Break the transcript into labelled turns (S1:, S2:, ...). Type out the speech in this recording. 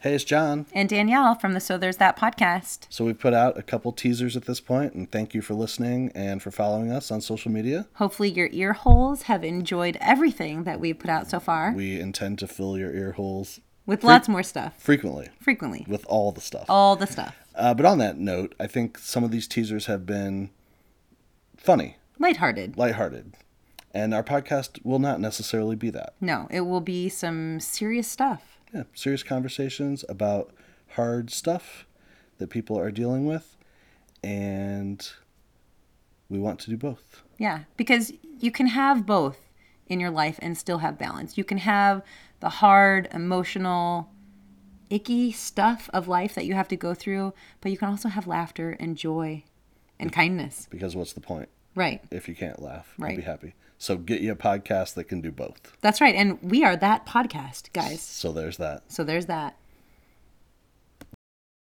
S1: Hey, it's John.
S2: and Danielle from the So There's That podcast.
S1: So we've put out a couple teasers at this point, and thank you for listening and for following us on social media.
S2: Hopefully, your ear holes have enjoyed everything that we've put out so far
S1: We intend to fill your ear holes
S2: with lots more stuff
S1: frequently
S2: frequently.
S1: with all the stuff.
S2: All the stuff.
S1: Uh, but on that note, I think some of these teasers have been funny,
S2: Lighthearted.
S1: lighthearted, and our podcast will not necessarily be that.
S2: No, it will be some serious stuff.
S1: Yeah, serious conversations about hard stuff that people are dealing with, and we want to do both.
S2: Yeah, because you can have both in your life and still have balance. You can have the hard, emotional, icky stuff of life that you have to go through, but you can also have laughter and joy and kindness.
S1: Because what's the point
S2: Right.
S1: if you can't laugh and
S2: Right.
S1: be happy? So get you a podcast that can do both.
S2: That's right. And we are that podcast, guys.
S1: So there's that.
S2: So there's that.